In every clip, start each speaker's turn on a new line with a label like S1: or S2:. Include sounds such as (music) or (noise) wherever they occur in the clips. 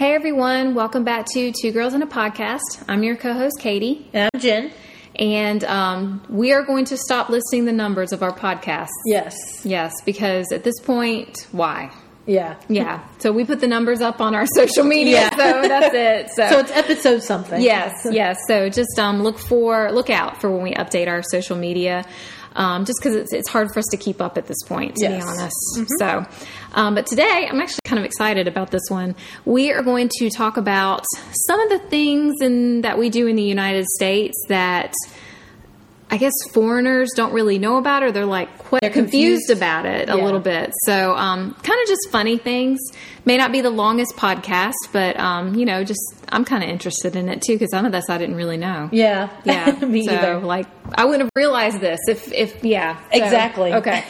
S1: everyone. Welcome back to Two Girls in a Podcast. I'm your co host, Katie.
S2: And I'm Jen.
S1: And um, we are going to stop listing the numbers of our podcasts.
S2: Yes.
S1: Yes, because at this point, why?
S2: Yeah.
S1: Yeah. So we put the numbers up on our social media.
S2: Yeah.
S1: So that's it. So,
S2: So it's episode something.
S1: yes, yes. So just um, look for, look out for when we update our social media. Um, just because it's, it's hard for us to keep up at this point, to
S2: Yes. Mm-hmm.
S1: be honest. So, um, but today I'm actually kind of excited about this one. We are going to talk about some of the things in, that we do in the United States that I guess foreigners don't really know about, or they're like quite confused.
S2: confused.
S1: about it a
S2: Yeah.
S1: little bit. So, um, kind of just funny things. May not be the longest podcast, but um, you know, just I'm kind of interested in it too because some of this I didn't really know.
S2: Yeah.
S1: Yeah,
S2: (laughs) Me
S1: so,
S2: either.
S1: Like I wouldn't have realized this if, if yeah, So,
S2: Exactly.
S1: (laughs) Okay,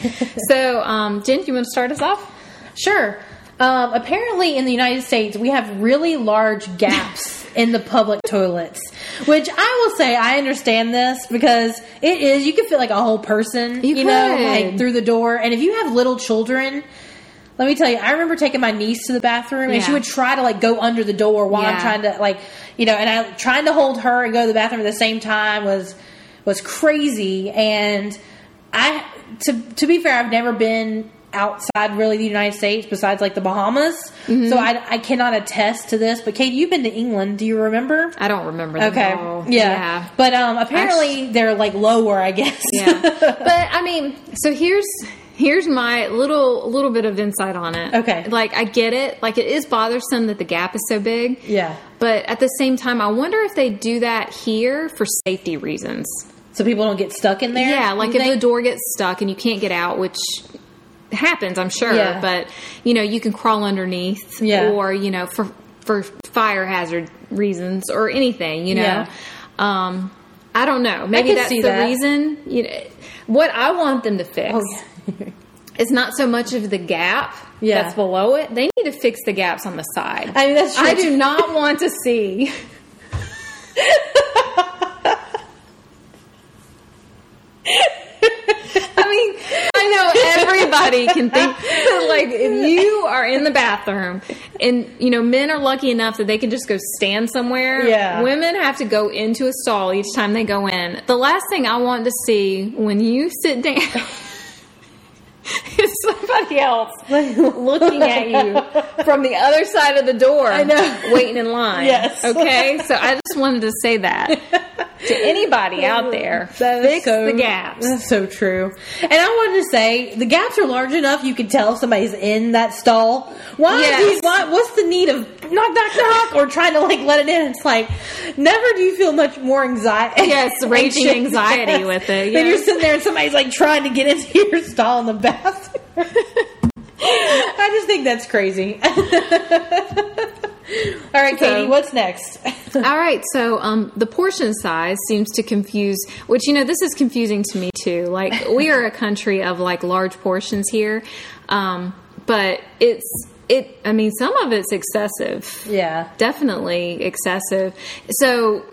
S1: so um, Jen, do you want to start us off?
S2: Sure. Um, apparently, in the United States, we have really large
S1: (laughs)
S2: gaps in the public toilets, which I will say I understand this because it is you can fit like a whole person,
S1: You
S2: you, know,
S1: could.
S2: like through the door. And if you have little children, let me tell you, I remember taking my niece to the bathroom, and she
S1: Yeah.
S2: would try to like go under the door while
S1: Yeah.
S2: I'm trying to like, you know, and I trying to hold her and go to the bathroom at the same time was was crazy. And I to to be fair, I've never been outside really the United States besides like the Bahamas,
S1: Mm-hmm.
S2: so I I cannot attest to this. But Kate, you've been to England. Do you remember?
S1: I don't remember. them
S2: Okay,
S1: all.
S2: yeah. But um, apparently they're like lower, I guess.
S1: yeah
S2: (laughs)
S1: but i mean so here's here's my little little bit of insight on it
S2: Okay.
S1: like i get it like it is bothersome that the gap is so big
S2: Yeah.
S1: but at the same time i wonder if they do that here for safety reasons
S2: so people don't get stuck in there.
S1: yeah like
S2: you
S1: if the
S2: think?
S1: door gets stuck and you can't get out which happens i'm sure
S2: Yeah.
S1: but you know you can crawl underneath
S2: Yeah.
S1: or you know for for fire hazard reasons or anything you know
S2: Yeah.
S1: um i don't know maybe
S2: can
S1: that's
S2: see
S1: the
S2: that.
S1: reason you know what i want them to fix
S2: Oh, yeah.
S1: it's not so much of the gap
S2: Yeah.
S1: that's below it. They need to fix the gaps on the side.
S2: I mean, that's true.
S1: I do not want to see.
S2: (laughs)
S1: I mean, I know everybody can think (laughs) but like if you are in the bathroom and you know men are lucky enough that they can just go stand somewhere.
S2: Yeah.
S1: Women have to go into a stall each time they go in. The last thing I want to see when you sit down (laughs) is somebody else (laughs) looking at (laughs)
S2: (laughs)
S1: you from the other side of the door, I
S2: know.
S1: waiting in line.
S2: Yes.
S1: Okay. So I just wanted to say that to anybody out there,
S2: (laughs) That is
S1: fix
S2: so-
S1: the gaps.
S2: That's so true. And I wanted to say the gaps are large enough you can tell if somebody's in that stall. Why?
S1: Yes.
S2: do you- why what's the need of knock, knock, knock, or trying to like let it in? It's like never do you feel much more anxiety.
S1: (laughs) Yes, raging
S2: (laughs)
S1: anxiety with it,
S2: Then you're
S1: yes.
S2: sitting there and somebody's like trying to get into (laughs) your stall in the bathroom. (laughs) I just think that's crazy. (laughs) All right,
S1: So-
S2: Katie, what's next? (laughs)
S1: All right, so um, the portion size seems to confuse, which you know this is confusing to me too. Like we are a country of like large portions here, um, but it's it. I mean, some of it's excessive.
S2: yeah.
S1: definitely excessive. So,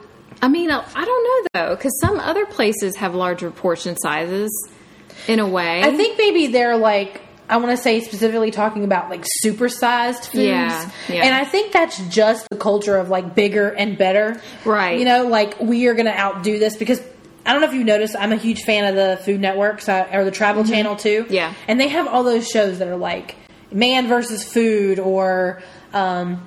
S1: I mean, I I don't know though, because some other places have larger portion sizes in a way.
S2: I think maybe they're like I want to say specifically talking about like supersized foods,
S1: Yeah, yeah.
S2: and I think that's just the culture of like bigger and better,
S1: Right.
S2: You know, like we are going to outdo this because. I don't know if you noticed, I'm a huge fan of the Food Network so, or the Travel Channel too.
S1: Mm-hmm. Yeah.
S2: and they have all those shows that are like Man versus Food or um,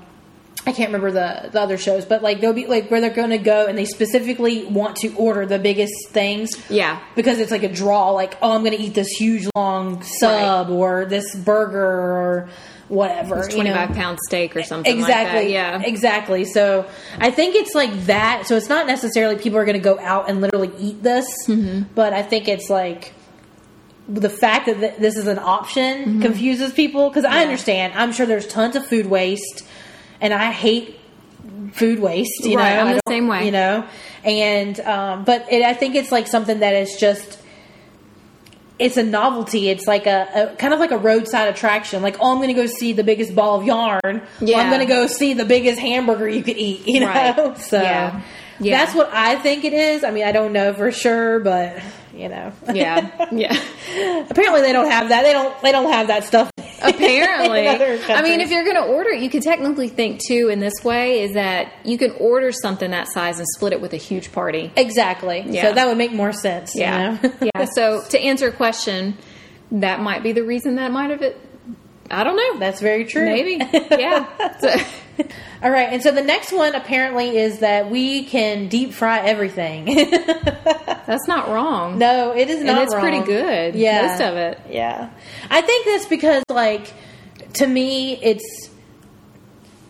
S2: I can't remember the, the other shows, but like they'll be like where they're going to go and they specifically want to order the biggest things
S1: Yeah.
S2: because it's like a draw like oh i'm gonna eat this huge long sub or this burger or whatever you know?
S1: twenty-five pound steak or something.
S2: exactly
S1: Like that. Yeah.
S2: exactly so i think it's like that so it's not necessarily people are gonna go out and literally eat this
S1: Mm-hmm.
S2: but i think it's like the fact that th- this is an option
S1: Mm-hmm.
S2: confuses people because i understand i'm sure there's tons of food waste and i hate food waste you
S1: Right,
S2: know
S1: I'm
S2: I
S1: the
S2: don't-
S1: same way.
S2: you know and um, but it, i think it's like something that is just it's a novelty. It's like a, a kind of like a roadside attraction. Like, oh, I'm going to go see the biggest ball of yarn. Or
S1: Yeah.
S2: I'm going to go see the biggest hamburger you could eat. (laughs) You know,
S1: Right.
S2: so
S1: Yeah. Yeah.
S2: that's what I think it is. I mean, I don't know for sure, but you know,
S1: (laughs) yeah. Yeah.
S2: (laughs) apparently they don't have that. They don't. They don't have that stuff. (laughs)
S1: Apparently,
S2: In other
S1: I mean,
S2: countries.
S1: if you're going to order, it, you could technically think too in this way is that you can order something that size and split it with a huge party.
S2: Exactly.
S1: Yeah.
S2: So that would make more sense.
S1: Yeah,
S2: (laughs) You know?
S1: (laughs) yeah. So to answer a question, that might be the reason that might have it. I don't know.
S2: That's very true.
S1: Maybe. Yeah. So-
S2: (laughs) All right, and so the next one apparently is that we can deep fry everything. (laughs)
S1: that's not wrong.
S2: no, it is not.
S1: and it's pretty
S2: wrong.
S1: good.
S2: Yeah,
S1: Most of it.
S2: Yeah, I think that's because, like, to me, it's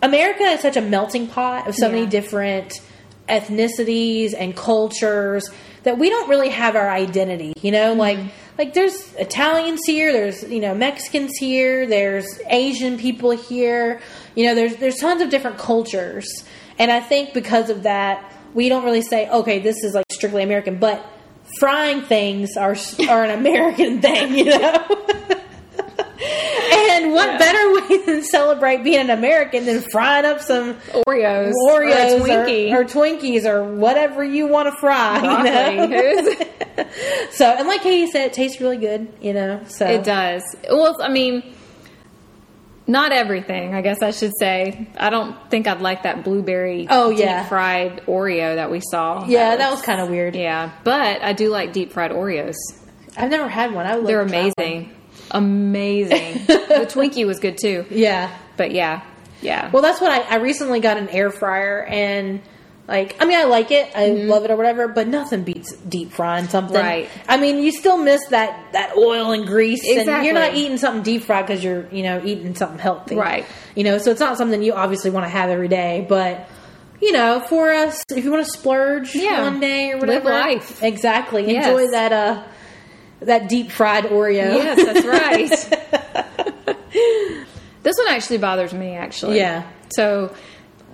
S2: America is such a melting pot of so many
S1: Yeah.
S2: different ethnicities and cultures that we don't really have our identity. You know, like like there's Italians here, there's you know Mexicans here, there's Asian people here. You know, there's there's tons of different cultures, and I think because of that, we don't really say, okay, this is like strictly American, but frying things are (laughs) are an American thing. You know. (laughs) And what
S1: Yeah.
S2: better way than celebrate being an American than frying up some
S1: Oreos,
S2: Oreos
S1: or a
S2: or,
S1: Twinkie,
S2: or Twinkies or whatever you want to fry? you know? (laughs)
S1: broccoli. Who's-
S2: So, and like Katie said, it tastes really good, you know? So,
S1: (laughs) It does. Well, I mean, not everything. I guess I should say. I don't think I'd like that blueberry.
S2: Oh, yeah.
S1: deep fried Oreo that we saw.
S2: Yeah, that was kind of weird.
S1: yeah. But I do like deep fried Oreos.
S2: I've never had one. I would love
S1: They're
S2: to try one.
S1: amazing.
S2: (laughs)
S1: Amazing. the Twinkie was good too.
S2: Yeah.
S1: But yeah, yeah.
S2: Well, that's what I, I recently got an air fryer and. Like I mean, I like it, I love it or whatever, but nothing beats deep frying something.
S1: Mm-hmm. Right.
S2: I mean, you still miss that that oil and grease, and
S1: Exactly.
S2: you're not eating something deep fried because you're you know eating something healthy,
S1: Right.
S2: You know, so it's not something you obviously want to have every day, but you know, for us, if you want to splurge
S1: Yeah.
S2: one day or
S1: Live
S2: whatever,
S1: life.
S2: exactly,
S1: Yes.
S2: enjoy that uh that deep fried Oreo.
S1: yes, that's right. (laughs) this one actually bothers me. Actually,
S2: Yeah.
S1: So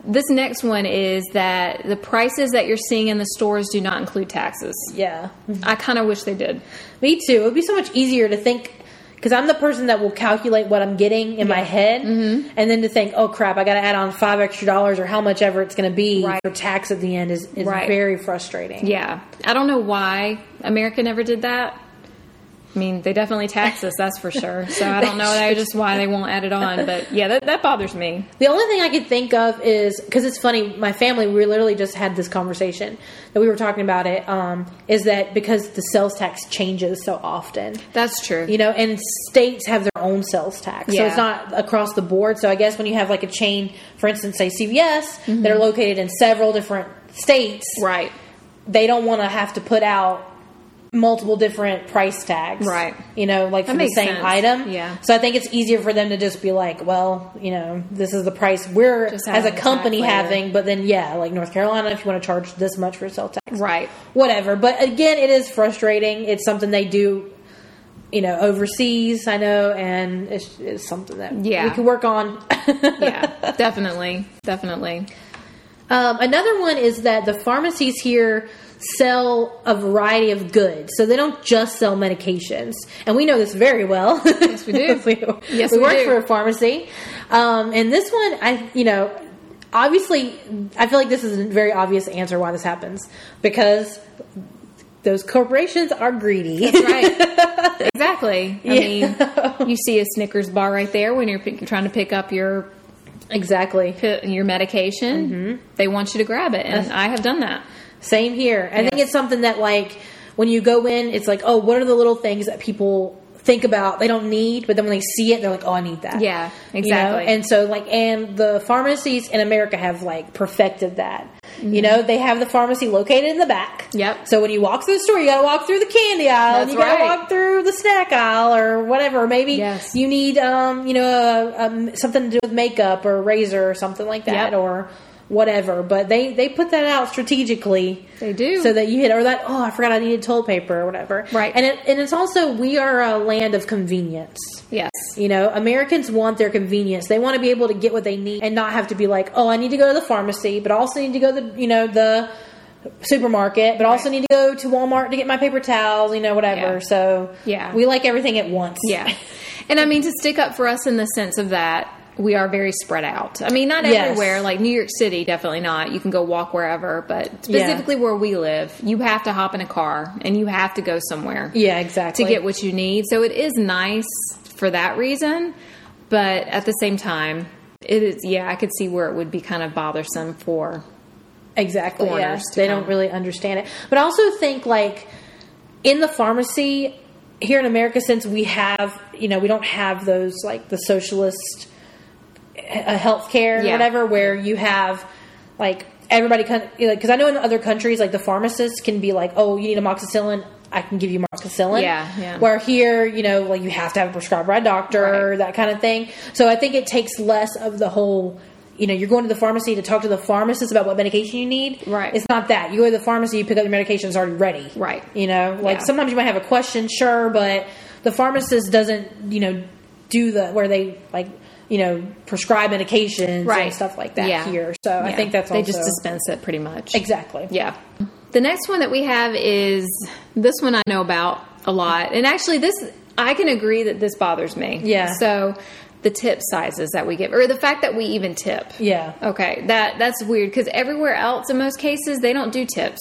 S1: this next one is that the prices that you're seeing in the stores do not include taxes.
S2: (laughs) yeah.
S1: I kind of wish they did.
S2: Me too. It would be so much easier to think because I'm the person that will calculate what I'm getting in my head,
S1: Mm-hmm.
S2: and then to think, oh crap, I got to add on five extra dollars or how much ever it's going to be
S1: Right.
S2: for tax at the end is, is
S1: Right.
S2: very frustrating.
S1: Yeah, I don't know why America never did that. I mean, they definitely tax us, that's for sure. (laughs) So I don't know I just why they won't add it on, but yeah, that, that bothers me.
S2: The only thing I could think of is because it's funny. My family, we literally just had this conversation that we were talking about it. Um, is that because the sales tax changes so often?
S1: That's true.
S2: you know and states have their own sales tax so
S1: Yeah.
S2: it's not across the board so i guess when you have like a chain for instance say cvs that are located in several different states
S1: Mm-hmm. right.
S2: they don't want to have to put out multiple different price tags
S1: Right.
S2: you know like for the
S1: makes
S2: same
S1: sense.
S2: item
S1: Yeah.
S2: so i think it's easier for them to just be like well you know this is the price we're
S1: Just
S2: as a
S1: add the
S2: company
S1: tax later.
S2: having but then yeah like north carolina if you want to charge this much for sales tax
S1: Right.
S2: whatever. But again, it is frustrating. It's something they do, you know, overseas. I know, and it's, it's something that
S1: Yeah.
S2: we could work on. (laughs)
S1: (laughs) Yeah, definitely. Definitely.
S2: Um, another one is that the pharmacies here sell a variety of goods, so they don't just sell medications, and we know this very well. Yes,
S1: we do.
S2: (laughs) we,
S1: Yes,
S2: we,
S1: we
S2: work
S1: do.
S2: for a pharmacy, um, and this one, I you know, obviously, I feel like this is a very obvious answer why this happens because those corporations are greedy.
S1: Right.
S2: (laughs)
S1: exactly. I mean, you see a Snickers bar right there when you're pick, trying to pick up your
S2: exactly. Mm-hmm.
S1: pi- your medication. They want you to grab it, and I have done that.
S2: Same here. I think it's something that like when you go in, it's like, oh, what are the little things that people think about they don't need, but then when they see it, they're like, oh, I need that.
S1: Yeah,
S2: You know?
S1: exactly.
S2: And so like, and the pharmacies in America have like perfected that. You know, they have the pharmacy located in the back.
S1: Mm-hmm. Yep.
S2: So when you walk through the store, you got to walk through the candy aisle. and
S1: That's
S2: you got to
S1: right.
S2: walk through the snack aisle or whatever. Maybe
S1: Yes.
S2: you need, um, you know, a, um something to do with makeup or a razor or something like that,
S1: Yep.
S2: or whatever. But they they put that out strategically.
S1: They do.
S2: So that you hit, or that, oh, I forgot I needed toilet paper or whatever.
S1: Right.
S2: And, it, and it's also, we are a land of convenience.
S1: Yes.
S2: You know, Americans want their convenience. They want to be able to get what they need and not have to be like, oh, I need to go to the pharmacy, but I also need to go to, the, you know, the supermarket, but I also
S1: Right.
S2: need to go to Walmart to get my paper towels, you know, whatever.
S1: Yeah.
S2: So
S1: Yeah.
S2: we like everything at once.
S1: Yeah. (laughs) And I mean, to stick up for us in the sense of that, we are very spread out. I mean, not
S2: Yes.
S1: everywhere, like New York City, definitely not. You can go walk wherever, but
S2: Yeah.
S1: specifically where we live, you have to hop in a car and you have to go somewhere
S2: Yeah,
S1: to
S2: exactly.
S1: get what you need. So it is nice for that reason. But at the same time, it is yeah, I could see where it would be kind of bothersome for
S2: Exactly. Yeah.
S1: foreigners to
S2: They
S1: come.
S2: don't really understand it. But I also think like in the pharmacy here in America, since we have you know we don't have those like the socialist uh, health care
S1: Yeah.
S2: whatever where you have like everybody because like, 'cause I know in other countries like the pharmacists can be like oh you need amoxicillin. I can give you amoxicillin.
S1: Yeah, yeah.
S2: Where here, you know, like you have to have a prescribed by a doctor,
S1: Right.
S2: that kind of thing. So I think it takes less of the whole, you know, you're going to the pharmacy to talk to the pharmacist about what medication you need.
S1: Right.
S2: It's not that. You go to the pharmacy, you pick up the medication, it's already ready.
S1: Right.
S2: You know, like
S1: Yeah.
S2: sometimes you might have a question, sure, but the pharmacist doesn't, you know, do the where they like, you know, prescribe medications
S1: Right.
S2: and stuff like that
S1: Yeah.
S2: here. So I
S1: Yeah.
S2: think that's
S1: they
S2: also
S1: just dispense it pretty much.
S2: exactly.
S1: Yeah. The next one that we have is this one I know about a lot. And actually this I can agree that this bothers me.
S2: Yeah.
S1: So the tip sizes that we give or the fact that we even tip.
S2: Yeah.
S1: Okay. That that's weird cuz everywhere else in most cases they don't do tips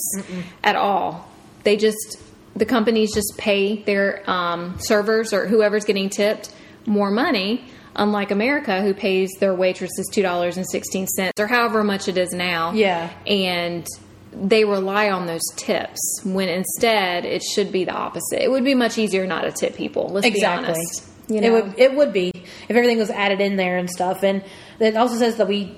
S1: at all. They just the companies just pay their um, servers or whoever's getting tipped more money unlike America who pays their waitresses $2.16 or however much it is now
S2: Yeah.
S1: and they rely on those tips when instead it should be the opposite. It would be much easier not to tip people. Let's
S2: Exactly.
S1: be honest. You know?
S2: It would it would be if everything was added in there and stuff. And it also says that we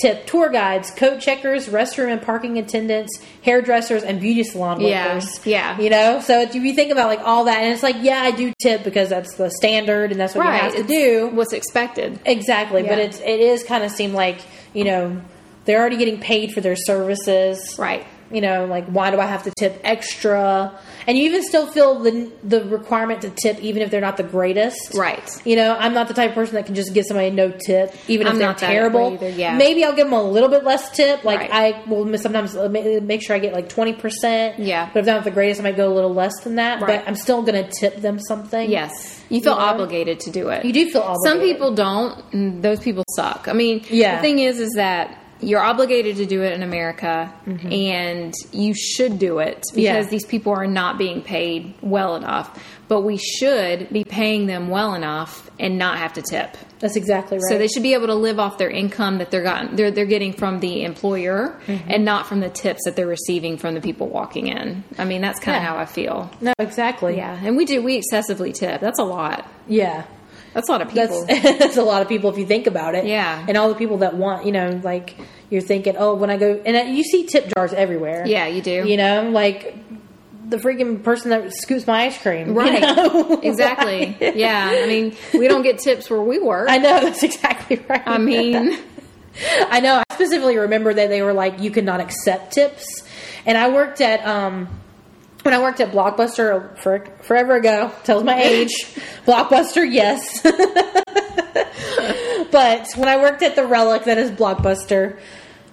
S2: tip tour guides, coat checkers, restroom and parking attendants, hairdressers, and beauty salon
S1: Yeah,
S2: workers.
S1: yeah.
S2: You know, so if you think about like all that, and it's like, yeah, I do tip because that's the standard and that's what you have to
S1: it's
S2: do.
S1: what's expected.
S2: Exactly, but
S1: Yeah.
S2: it's it is kind of seem like you know they're already getting paid for their services,
S1: Right.
S2: You know, like why do I have to tip extra? And you even still feel the the requirement to tip even if they're not the greatest,
S1: Right.
S2: You know, I'm not the type of person that can just give somebody no tip, even
S1: I'm
S2: if they're
S1: not that way
S2: terrible.
S1: either, yeah.
S2: Maybe I'll give them a little bit less tip. Like
S1: Right.
S2: I will sometimes uh, ma- make sure I get like twenty percent.
S1: Yeah.
S2: but if they're not the greatest, I might go a little less than that.
S1: Right.
S2: But I'm still going to tip them something.
S1: Yes. You feel
S2: know?
S1: obligated to do it.
S2: You do feel
S1: Some
S2: obligated.
S1: people don't, and those people suck. I mean,
S2: Yeah.
S1: the thing is, is that you're obligated to do it in America, and you should do it because
S2: Mm-hmm. Yeah.
S1: these people are not being paid well enough. But we should be paying them well enough and not have to tip.
S2: That's exactly right.
S1: So they should be able to live off their income that they're gotten they're they're getting from the employer
S2: Mm-hmm.
S1: and not from the tips that they're receiving from the people walking in. I mean, that's kind of
S2: Yeah.
S1: how I feel.
S2: no, exactly.
S1: Yeah, and we do we excessively tip. That's a lot.
S2: Yeah.
S1: That's a lot of people.
S2: That's, (laughs) that's a lot of people if you think about it.
S1: Yeah.
S2: And all the people that want, you know, like you're thinking, oh, when I go, and uh, you see tip jars everywhere.
S1: Yeah, you do.
S2: You know, like the freaking person that scoops my ice cream. (laughs) you
S1: (laughs) Right.
S2: know?
S1: (laughs) Exactly.
S2: Like-
S1: Yeah. I mean, we don't get tips where we work.
S2: (laughs) I
S1: I,
S2: know, that's exactly right.
S1: mean, (laughs)
S2: I know. I specifically remember that they were like, you cannot accept tips. And I worked at, um, when I worked at Blockbuster for, forever ago, tells my
S1: (laughs)
S2: age. Blockbuster, yes. (laughs) but when I worked at the Relic, that is Blockbuster,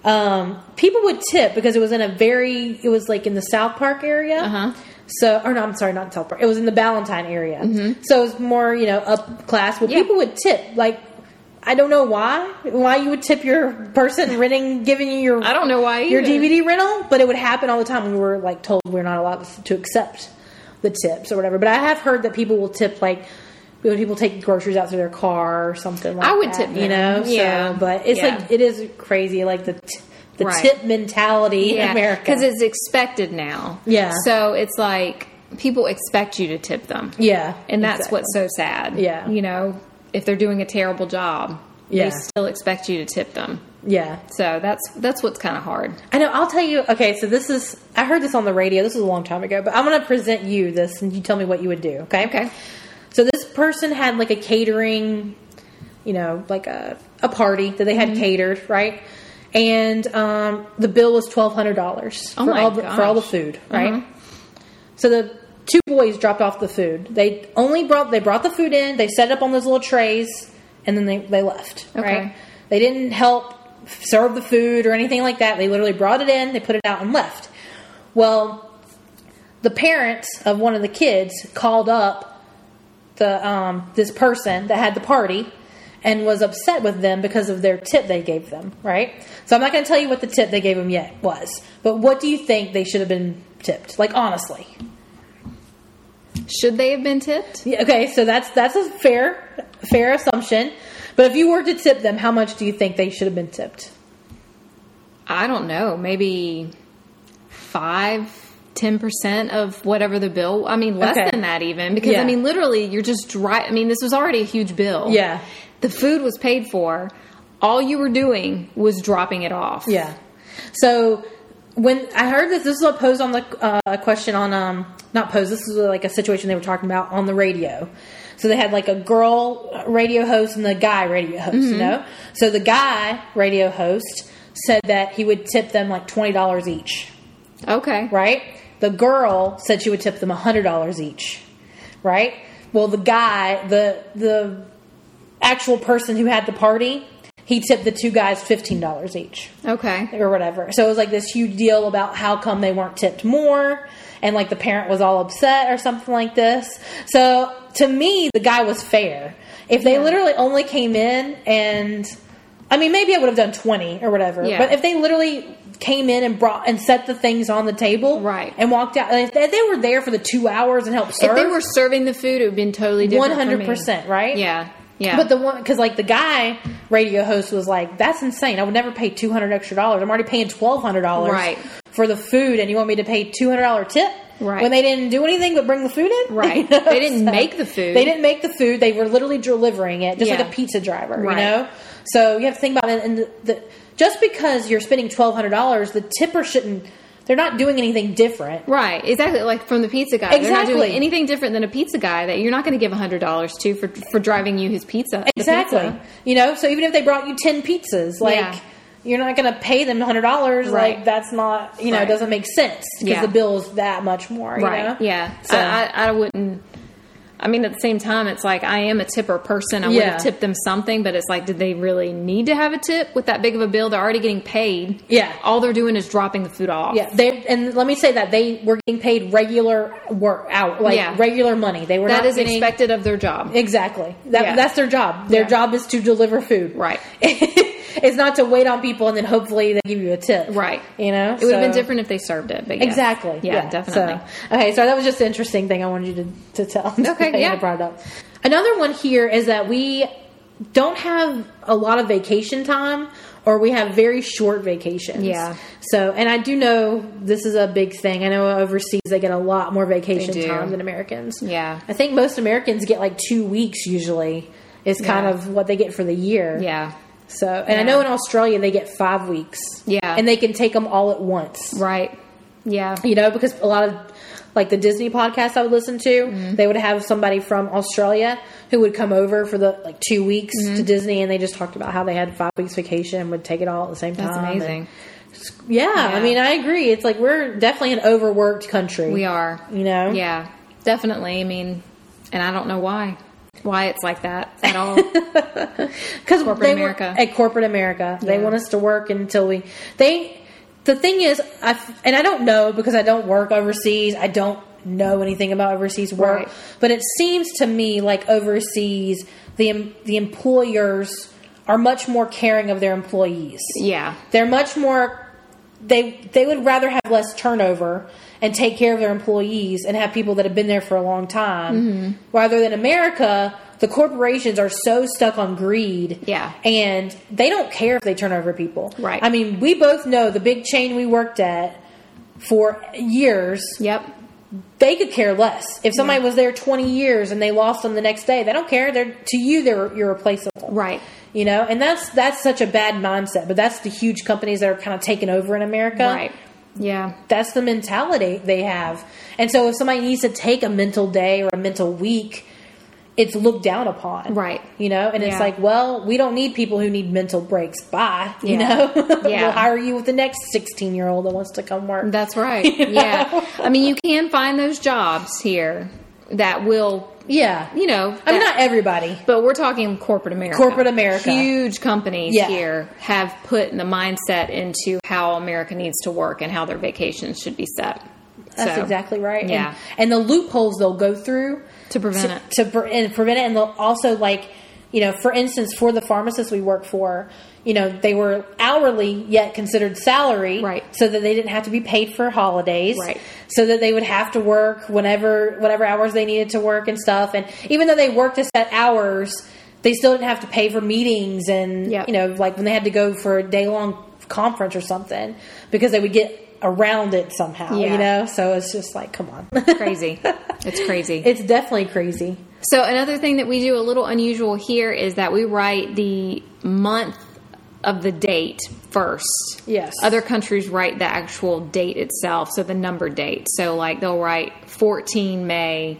S2: um, people would tip because it was in a very, it was like in the South Park area.
S1: Uh-huh.
S2: So, or no, I'm sorry, not South Park. It was in the Ballantyne area. So it was more, you know, up class. Well,
S1: Mm-hmm. Yeah.
S2: people would tip like. I don't know why. Why you would tip your person (laughs) renting, giving you your
S1: I don't know why
S2: your
S1: either.
S2: DVD rental, but it would happen all the time. We were like told we're not allowed to accept the tips or whatever. But I have heard that people will tip like when people take groceries out to their car or something. like
S1: I would
S2: that,
S1: tip
S2: you know.
S1: them. Yeah.
S2: So, but it's
S1: Yeah.
S2: like it is crazy, like the t- the
S1: Right.
S2: tip mentality in America.
S1: because it's expected now.
S2: Yeah.
S1: So it's like people expect you to tip them.
S2: yeah,
S1: And that's
S2: exactly.
S1: what's so sad.
S2: Yeah.
S1: You know, if they're doing a terrible job,
S2: Yeah.
S1: they still expect you to tip them.
S2: yeah.
S1: So that's that's what's kind of hard.
S2: I know. I'll tell you. Okay, so this is. I heard this on the radio. This was a long time ago, but I'm going to present you this, and you tell me what you would do. Okay.
S1: Okay.
S2: So this person had like a catering, you know, like a a party that they had
S1: Mm-hmm.
S2: catered, right? And um, the bill was twelve hundred dollars
S1: Oh
S2: for
S1: my
S2: all the, for all the
S1: gosh. Uh-huh.
S2: food, right? So the two boys dropped off the food. They only brought they brought the food in. They set it up on those little trays, and then they they left.
S1: Okay.
S2: Right? They didn't help serve the food or anything like that. They literally brought it in, they put it out, and left. Well, the parents of one of the kids called up the um, this person that had the party and was upset with them because of their tip they gave them. Right. So I'm not going to tell you what the tip they gave them yet was, but what do you think they should have been tipped? Like honestly.
S1: Should they have been tipped?
S2: Yeah, okay, so that's that's a fair fair assumption. But if you were to tip them, how much do you think they should have been tipped?
S1: I don't know, maybe five, ten percent of whatever the bill. I mean, less
S2: Okay.
S1: than that even because
S2: Yeah.
S1: I mean, literally, you're just dry. I mean, this was already a huge bill.
S2: Yeah.
S1: the food was paid for. All you were doing was dropping it off.
S2: Yeah. So when I heard this, this was a pose on the uh, a question on um not pose. This was like a situation they were talking about on the radio. So they had like a girl radio host and the guy radio host. You know. So the guy radio host said that he would tip them like twenty dollars each.
S1: Okay.
S2: Right. The girl said she would tip them hundred dollars each. Right. Well, the guy, the the actual person who had the party, he tipped the two guys fifteen dollars each
S1: Okay.
S2: or whatever. So it was like this huge deal about how come they weren't tipped more and like the parent was all upset or something like this. So to me, the guy was fair. If they literally only came in and I mean maybe I would have done 20 or whatever.
S1: Yeah.
S2: But if they literally came in and brought and set the things on the table
S1: Right.
S2: and walked out if they, if they were there for the 2 hours and helped serve
S1: If they were serving the food, it would have been totally different. for me.
S2: 100%, right?
S1: Yeah. Yeah.
S2: But the one, because like the guy radio host was like, "That's insane. I would never pay two hundred extra dollars. I'm already paying twelve hundred dollars
S1: Right.
S2: for the food, and you want me to pay two hundred dollar tip
S1: Right.
S2: when they didn't do anything but bring the food in? (laughs)
S1: Right.
S2: You know?
S1: They didn't make the food.
S2: They didn't make the food. They were literally delivering it, just
S1: Yeah.
S2: like a pizza driver.
S1: Right.
S2: You know. So you have to think about it. And the, the, just because you're spending twelve hundred dollars, the tipper shouldn't. They're not doing anything different.
S1: Right, exactly. Like from the pizza guy, they're not doing
S2: Exactly.
S1: anything different than a pizza guy that you're not going to give hundred dollars to for for driving you his pizza. the
S2: Exactly.
S1: pizza.
S2: You know, so even if they brought you 10 pizzas, like
S1: Yeah.
S2: you're not going to pay them $100,
S1: Right.
S2: like that's not, you know,
S1: Right.
S2: it doesn't make sense because
S1: Yeah.
S2: the bill is that much more,
S1: Right.
S2: you know?
S1: Yeah.
S2: So,
S1: I, I, I wouldn't. I mean, at the same time, it's like I am a tipper person. I would
S2: Yeah.
S1: have tipped them something, but it's like, did they really need to have a tip with that big of a bill? They're already getting paid.
S2: Yeah.
S1: All they're doing is dropping the food off.
S2: yeah, they and let me say that they were getting paid regular work out, like
S1: Yeah.
S2: regular money. They were
S1: That
S2: not
S1: is
S2: getting,
S1: expected of their job.
S2: Exactly. That,
S1: Yeah.
S2: That's their job. Their
S1: Yeah.
S2: job is to deliver food.
S1: Right.
S2: (laughs) it's not to wait on people and then hopefully they give you a tip.
S1: Right.
S2: You know,
S1: It would have been
S2: So-
S1: different if they served it. But yes.
S2: Exactly.
S1: Yeah, definitely.
S2: So, okay, so that was just an interesting thing I wanted you to, to tell. (laughs)
S1: Okay,
S2: I
S1: yeah.
S2: brought it up. Another one here is that we don't have a lot of vacation time or we have very short vacations.
S1: Yeah.
S2: So, and I do know this is a big thing. I know overseas they get a lot more vacation
S1: They do.
S2: time than Americans.
S1: Yeah.
S2: I think most Americans get like two weeks usually, is kind
S1: Yeah.
S2: of what they get for the year.
S1: Yeah.
S2: So, and I
S1: Yeah.
S2: know in Australia they get five weeks.
S1: Yeah.
S2: And they can take them all at once
S1: Right. Yeah.
S2: you know, because a lot of like the Disney podcast I would listen to,
S1: Mm-hmm.
S2: they would have somebody from Australia who would come over for the like two weeks
S1: Mm-hmm.
S2: to Disney, and they just talked about how they had five weeks vacation and would take it all at the same time.
S1: That's
S2: and-
S1: amazing.
S2: yeah,
S1: Yeah.
S2: I mean, I agree. It's like we're definitely an overworked country.
S1: We are.
S2: you know,
S1: Yeah, definitely. I mean, and I don't know why. Why it's like that at
S2: (laughs)
S1: all.
S2: because
S1: Corporate
S2: they were-
S1: America.
S2: at corporate America, they
S1: Yeah.
S2: want us to work until we. They, the thing is, I f- and I don't know because I don't work overseas. I don't know anything about overseas work,
S1: Right.
S2: but it seems to me like overseas, the em- the employers are much more caring of their employees.
S1: yeah.
S2: They're much more. They they would rather have less turnover and take care of their employees and have people that have been there for a long time,
S1: Mm-hmm.
S2: rather than America. The corporations are so stuck on greed,
S1: Yeah.
S2: and they don't care if they turn over people.
S1: Right.
S2: I mean, we both know the big chain we worked at for years.
S1: Yep.
S2: They could care less if somebody was there twenty years and they lost them the next day. They don't care. They're to you, they're irreplaceable
S1: Right.
S2: you know and that's that's such a bad mindset but that's the huge companies that are kind of taking over in america
S1: Right. Yeah.
S2: that's the mentality they have and so if somebody needs to take a mental day or a mental week it's looked down upon
S1: Right.
S2: you know and it's
S1: Yeah.
S2: like well we don't need people who need mental breaks bye you
S1: Yeah.
S2: know (laughs)
S1: Yeah.
S2: we'll hire you with the next 16 year old that wants to come work
S1: That's
S2: (laughs)
S1: right. Yeah. I mean, you can find those jobs here that will,
S2: yeah
S1: you know,
S2: i mean
S1: that-
S2: not everybody
S1: but we're talking corporate America.
S2: Corporate America.
S1: Huge companies
S2: Yeah.
S1: here have put the mindset into how America needs to work and how their vacations should be set.
S2: That's
S1: So,
S2: exactly right. And-
S1: Yeah.
S2: And, the loopholes they'll go through
S1: To
S2: (laughs)
S1: prevent it.
S2: to, pre- and prevent it, and they'll also like, you know, for instance, for the pharmacists we work for, you know, they were hourly yet considered salary,
S1: Right.
S2: So that they didn't have to be paid for holidays,
S1: Right.
S2: So that they would have to work whenever whatever hours they needed to work and stuff. And even though they worked a set hours. they still didn't have to pay for meetings and
S1: Yep.
S2: you know like when they had to go for a day long conference or something because they would get around it somehow
S1: Yeah.
S2: you know so it's just like come on (laughs)
S1: crazy. It's crazy.
S2: it's definitely crazy
S1: So another thing that we do a little unusual here is that we write the month of the date first.
S2: Yes.
S1: Other countries write the actual date itself, so the number date. So like they'll write 14 May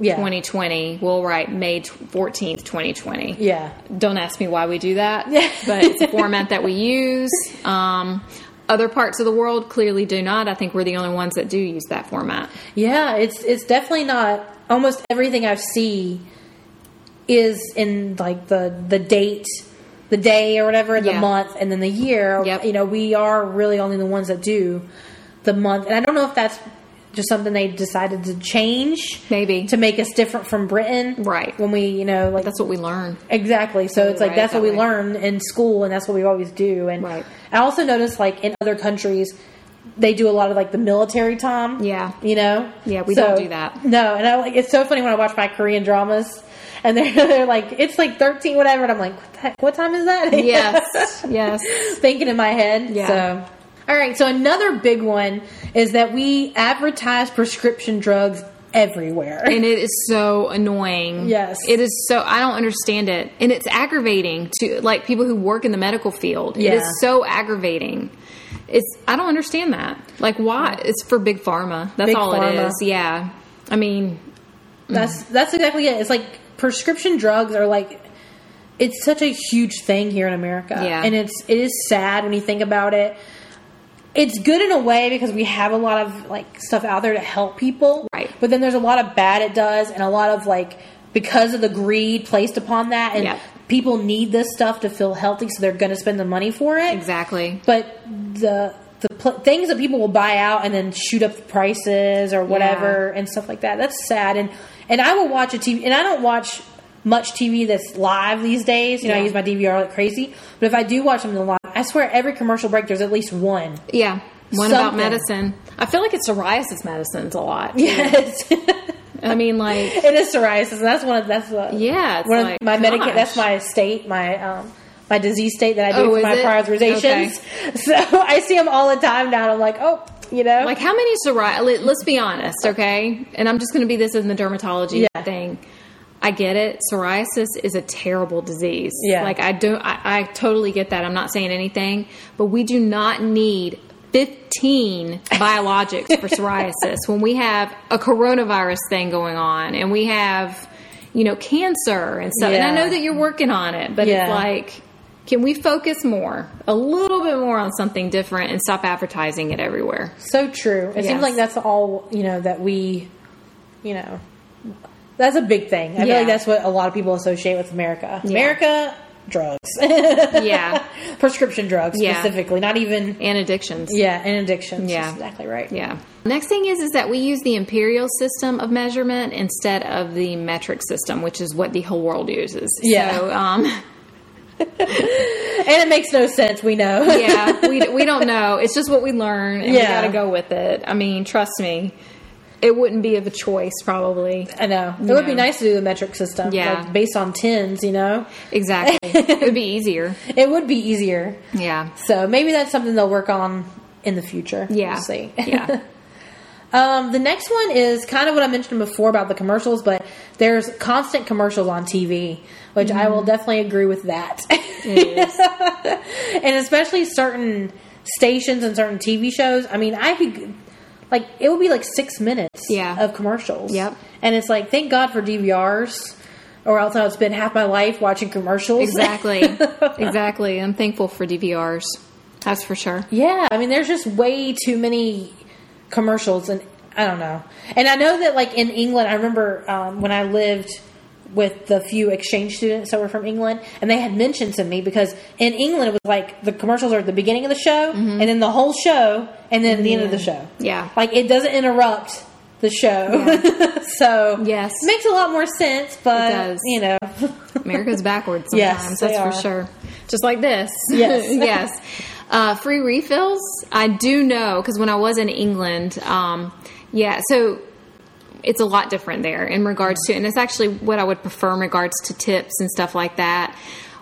S2: yeah
S1: 2020. We'll write May tw- 14th 2020.
S2: yeah
S1: Don't ask me why we do that, but it's a
S2: (laughs)
S1: format that we use. Um, other parts of the world clearly do not. I think we're the only ones that do use that format.
S2: Yeah, it's it's definitely not. Almost everything I see is in like the the date, the day or whatever, the
S1: Yeah.
S2: month, and then the year.
S1: Yep.
S2: You know, we are really only the ones that do the month, and I don't know if that's just something they decided to change,
S1: Maybe.
S2: to make us different from Britain,
S1: Right.
S2: When we, you know, like
S1: That's what we learn.
S2: Exactly. So it's like
S1: right,
S2: that's what
S1: that
S2: we
S1: way.
S2: learn in school, and that's what we always do. And
S1: Right.
S2: I also notice like in other countries, they do a lot of like the military time.
S1: Yeah.
S2: You know.
S1: Yeah, we
S2: So-
S1: don't do that.
S2: No, and I like it's so funny when I watch my Korean dramas, and they're (laughs) they're like it's like thirteen whatever, and I'm like what, the heck, what time is that? (laughs)
S1: Yes, yes.
S2: Thinking in my head.
S1: Yeah.
S2: So. All right. So another big one is that we advertise prescription drugs everywhere.
S1: and it is so annoying.
S2: Yes.
S1: It is so I don't understand it. And it's aggravating to like people who work in the medical field. It
S2: Yeah.
S1: is so aggravating. It's I don't understand that. Like why? It's for big pharma. That's
S2: Big
S1: all
S2: pharma.
S1: it is. Yeah. I mean,
S2: That's that's exactly it. It's like prescription drugs are like it's such a huge thing here in America.
S1: Yeah.
S2: And it's it is sad when you think about it. It's good in a way because we have a lot of like stuff out there to help people.
S1: Right.
S2: But then there's a lot of bad it does and a lot of like because of the greed placed upon that and
S1: Yeah.
S2: people need this stuff to feel healthy so they're going to spend the money for it.
S1: exactly.
S2: But the the pl- things that people will buy out and then shoot up the prices or whatever and stuff like that. That's sad. And and I will watch a TV and I don't watch much TV that's live these days. You know, I
S1: Yeah.
S2: use my DVR like crazy. But if I do watch something live, I swear every commercial break there's at
S1: (laughs)
S2: least one.
S1: Yeah. One about
S2: Something.
S1: medicine. I feel like it's psoriasis medicines a lot.
S2: (laughs) Yes,
S1: I mean like
S2: it is psoriasis. And that's one of that's uh
S1: yeah, it's
S2: one of
S1: like,
S2: my medica
S1: gosh.
S2: That's my state. My um, my disease state that I do
S1: Oh,
S2: for
S1: is
S2: my
S1: it?
S2: prioritizations. (laughs) So I see them all the time now. And I'm like, oh, you know,
S1: Like how many psoriasis? Let's be honest, okay? And I'm just going to be this in the dermatology
S2: Yeah.
S1: thing. I get it. Psoriasis is a terrible disease.
S2: Yeah.
S1: Like I don't. I, I totally get that. I'm not saying anything, but we do not need
S2: (laughs)
S1: 15 biologics for psoriasis when we have a coronavirus thing going on and we have, you know, cancer and stuff. And I
S2: Yeah.
S1: know that you're working on it, but
S2: Yeah.
S1: it's like. Can we focus more, a little bit more on something different and stop advertising it everywhere?
S2: So true. It seems
S1: Yes.
S2: like that's all you know that we, you know, that's a big thing. I feel
S1: Yeah.
S2: like that's what a lot of people associate with America. America, drugs, (laughs)
S1: Yeah.
S2: prescription drugs
S1: Yeah.
S2: specifically, not even
S1: and addictions.
S2: yeah, and addictions.
S1: Yeah.
S2: That's exactly right.
S1: Yeah. Next thing is is that we use the imperial system of measurement instead of the metric system, which is what the whole world uses.
S2: Yeah.
S1: So, um, (laughs)
S2: and it makes no sense. We
S1: (laughs)
S2: know.
S1: yeah, we we don't know. It's just what we learn, and we
S2: Yeah.
S1: got to go with it. I mean, trust me, it wouldn't be of a choice probably.
S2: (laughs) I know. It would be
S1: Yeah.
S2: nice to do the metric system,
S1: Yeah.
S2: like based on tens. You know,
S1: Exactly. it would be easier.
S2: (laughs) it would be easier.
S1: Yeah.
S2: So maybe that's something they'll work on in the future.
S1: Yeah.
S2: (laughs) We'll see.
S1: Yeah.
S2: Um, the next one is kind of what I mentioned before about the commercials, but there's constant commercials on TV, which I will definitely agree with that.
S1: Mm. It is.
S2: (laughs) and especially certain stations and certain TV shows. I mean, I could, like, it would be like six minutes
S1: Yeah.
S2: of commercials.
S1: Yep.
S2: And it's like, thank God for DVRs, or else I've spent half my life watching commercials. (laughs)
S1: Exactly. exactly. I'm thankful for DVRs. That's for sure.
S2: Yeah, I mean, there's just way too many commercials, and I don't know. And I know that, like in England, I remember um, when I lived with the few exchange students that were from England, and they had mentioned to me because in England it was like the commercials are at the beginning of the show, and then the whole show, and then the end of the show.
S1: Mm-hmm. Yeah.
S2: like it doesn't interrupt the show, (laughs) so
S1: Yes.
S2: it makes a lot more sense. But
S1: does.
S2: you know, (laughs)
S1: America's backwards
S2: Yes,
S1: sometimes,
S2: they
S1: that's for
S2: are.
S1: sure. Just like this.
S2: (laughs) Yes.
S1: (laughs) yes. Uh, free refills, I do know, because when I was in England, um, yeah, so it's a lot different there in regards to, and it's actually what I would prefer in regards to tips and stuff like that.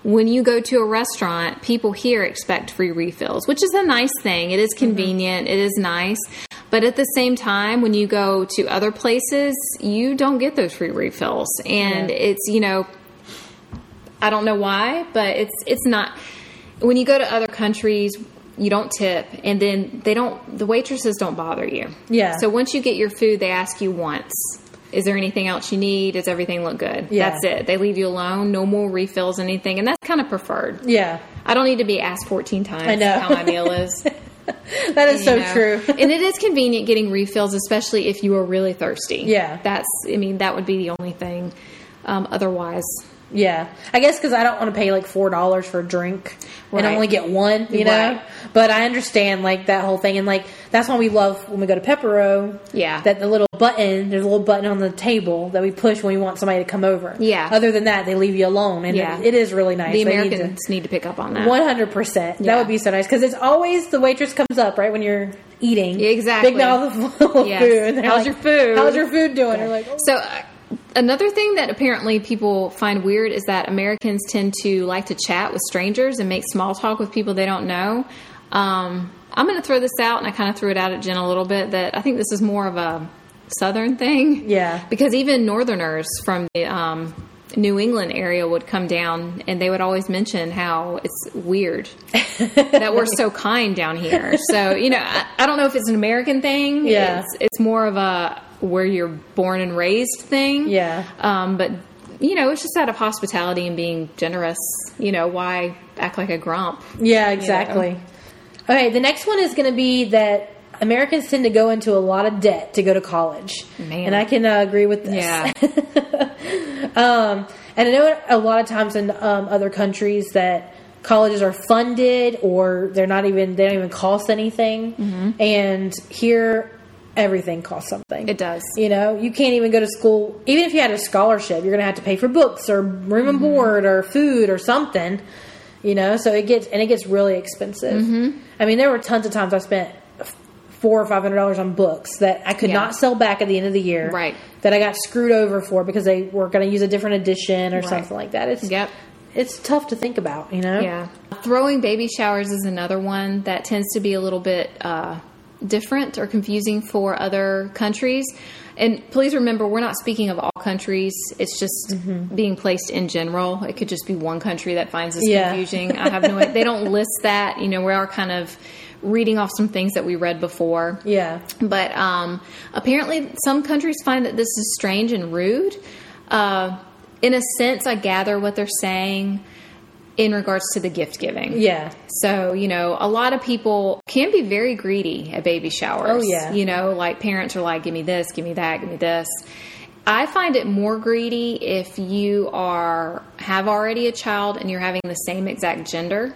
S1: When you go to a restaurant, people here expect free refills, which is a nice thing. It is
S2: Mm-hmm.
S1: convenient, it is nice. But at the same time, when you go to other places, you don't get those free refills. And
S2: Yeah.
S1: it's, you know, I don't know why, but it's it's not when you go to other countries you don't tip and then they don't the waitresses don't bother you.
S2: Yeah.
S1: So once you get your food they ask you once. Is there anything else you need? Does everything look good?
S2: Yeah.
S1: That's it. They leave you alone, no more refills, anything. And that's kind of preferred.
S2: Yeah.
S1: I don't need to be asked 14 times
S2: I know.
S1: how my meal
S2: (laughs)
S1: is.
S2: That is so
S1: you know.
S2: true.
S1: (laughs) and it is convenient getting refills, especially if you are really thirsty.
S2: Yeah.
S1: That's, I mean, that would be the only thing. Um, otherwise,
S2: Yeah, I guess because I don't want to pay like four dollars for a drink and
S1: Right.
S2: I only get one, you know.
S1: Right.
S2: But I understand like that whole thing, and like that's why we love when we go to Pepero.
S1: Yeah.
S2: that the little button, there's a little button on the table that we push when we want somebody to come over.
S1: Yeah.
S2: Other than that, they leave you alone, and
S1: Yeah.
S2: it, it is really nice.
S1: the Americans need to pick up on that.
S2: One hundred percent. That
S1: Yeah.
S2: would be so nice because it's always the waitress comes up right when you're eating.
S1: Yeah, exactly.
S2: Big mouth full of
S1: Yes.
S2: food. and they're
S1: How's
S2: like,
S1: your food?
S2: How's your food doing? They're like, "Oh."
S1: So, uh, another thing that apparently people find weird is that Americans tend to like to chat with strangers and make small talk with people they don't know. Um, I'm going to throw this out, and I kind of threw it out at Jen a little bit that I think this is more of a Southern thing.
S2: Yeah.
S1: Because even Northerners from the um, New England area would come down and they would always mention how it's weird that we're so kind down here. So, you know, I, I don't know if it's an American thing.
S2: Yeah.
S1: It's- it's more of a where you're born and raised thing.
S2: Yeah.
S1: Um, but you know, it's just out of hospitality and being generous. You know, why act like a grump?
S2: Yeah, exactly. Okay, the next one is going to be that Americans tend to go into a lot of debt to go to college.
S1: Man.
S2: And I can uh, agree with this.
S1: Yeah.
S2: um, and I know a lot of times in um, other countries that colleges are funded or they're not even, they don't even cost anything.
S1: Mm-hmm.
S2: And here, everything costs something.
S1: It does.
S2: You know, you can't even go to school. Even if you had a scholarship, you're going to have to pay for books or room
S1: Mm-hmm.
S2: and board or food or something. You know, so it gets and it gets really expensive.
S1: Mm-hmm.
S2: I mean, there were tons of times I spent f- four or five hundred dollars on books that I could
S1: Yeah.
S2: not sell back at the end of the year.
S1: Right.
S2: That I got screwed over for because they were going to use a different edition or
S1: Right.
S2: something like that. It's
S1: Yep.
S2: It's tough to think about. You know.
S1: Yeah. Throwing baby showers is another one that tends to be a little bit uh, different or confusing for other countries. And please remember, we're not speaking of all countries. It's just
S2: Mm-hmm.
S1: being placed in general. It could just be one country that finds this
S2: Yeah.
S1: confusing. I have no. they don't list that. You know, we are kind of reading off some things that we read before.
S2: (laughs) Yeah.
S1: But um, apparently, some countries find that this is strange and rude. Uh, in a sense, I gather what they're saying in regards to the gift giving.
S2: Yeah.
S1: So, you know, a lot of people can be very greedy at baby showers.
S2: Oh, yeah.
S1: You know, like parents are like, give me this, give me that, give me this. I find it more greedy if you are have already a child and you're having the same exact gender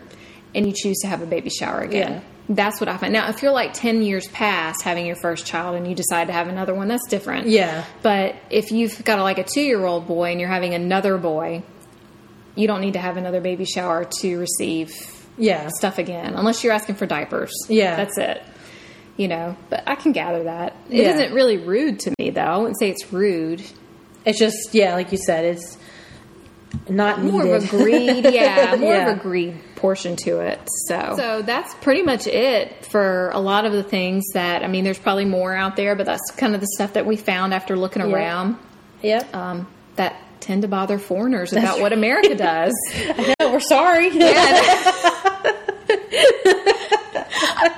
S1: and you choose to have a baby shower again.
S2: Yeah.
S1: That's what I find. Now, if you're like 10 years past having your first child and you decide to have another one, that's different.
S2: Yeah.
S1: But if you've got like a two year old boy and you're having another boy, you don't need to have another baby shower to receive
S2: Yeah.
S1: stuff again, unless you're asking for diapers.
S2: Yeah.
S1: That's it. You know, but I can gather that. It
S2: Yeah.
S1: not really rude to me, though. I wouldn't say it's rude.
S2: It's just yeah, like you said, it's not
S1: More of a
S2: needed.
S1: greed, (laughs) yeah, more
S2: Yeah.
S1: of a greed portion to it. So, so that's pretty much it for a lot of the things that I mean. There's probably more out there, but that's kind of the stuff that we found after looking around.
S2: (laughs) Yep.
S1: um, that tend to bother foreigners about what America does.
S2: No, we're
S1: (laughs)
S2: sorry. (laughs)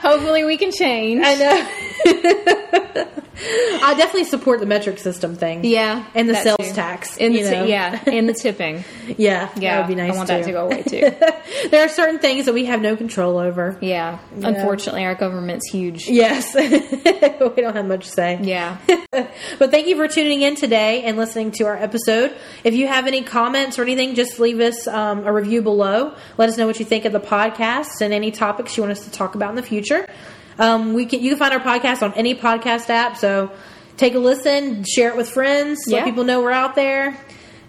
S1: Hopefully, we can change.
S2: I know. (laughs) I definitely support the metric system thing.
S1: yeah,
S2: And the
S1: that
S2: sales
S1: too.
S2: tax.
S1: and the
S2: you
S1: ti-
S2: know.
S1: yeah, and the (laughs) tipping.
S2: Yeah.
S1: Yeah,
S2: That would be nice.
S1: I want
S2: too.
S1: that to go away (laughs) too.
S2: there are certain things that we have no control over.
S1: Yeah, unfortunately, our government's huge.
S2: Yes. (laughs) we don't have much say.
S1: Yeah,
S2: But thank you for tuning in today and listening to our episode. If you have any comments or anything, just leave us um, a review below. Let us know what you think of the podcast and any topics you want us to talk about in the future. Um, we can you can find our podcast on any podcast app, so take a listen, share it with friends,
S1: Yeah.
S2: let people know we're out there.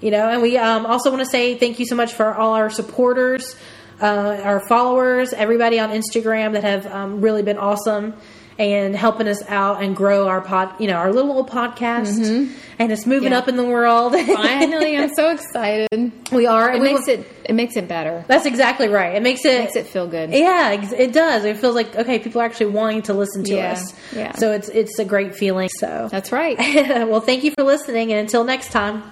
S2: You know, and we um, also want to say thank you so much for all our supporters, uh, our followers, everybody on Instagram that have um, really been awesome and helping us out and grow our pod, you know, our little old podcast, and it's moving
S1: Mm-hmm. Yeah.
S2: up in the world. (laughs)
S1: Finally, I'm so (laughs) excited.
S2: we are.
S1: It
S2: and we
S1: makes
S2: will-
S1: it it makes it better.
S2: That's exactly right. It makes it.
S1: Makes it feel good.
S2: yeah, ex- it does. It feels like okay, people are actually wanting to listen to
S1: Yeah,
S2: us.
S1: yeah.
S2: So (laughs) it's it's a great feeling. So
S1: That's right.
S2: well, thank you for listening, and until next time.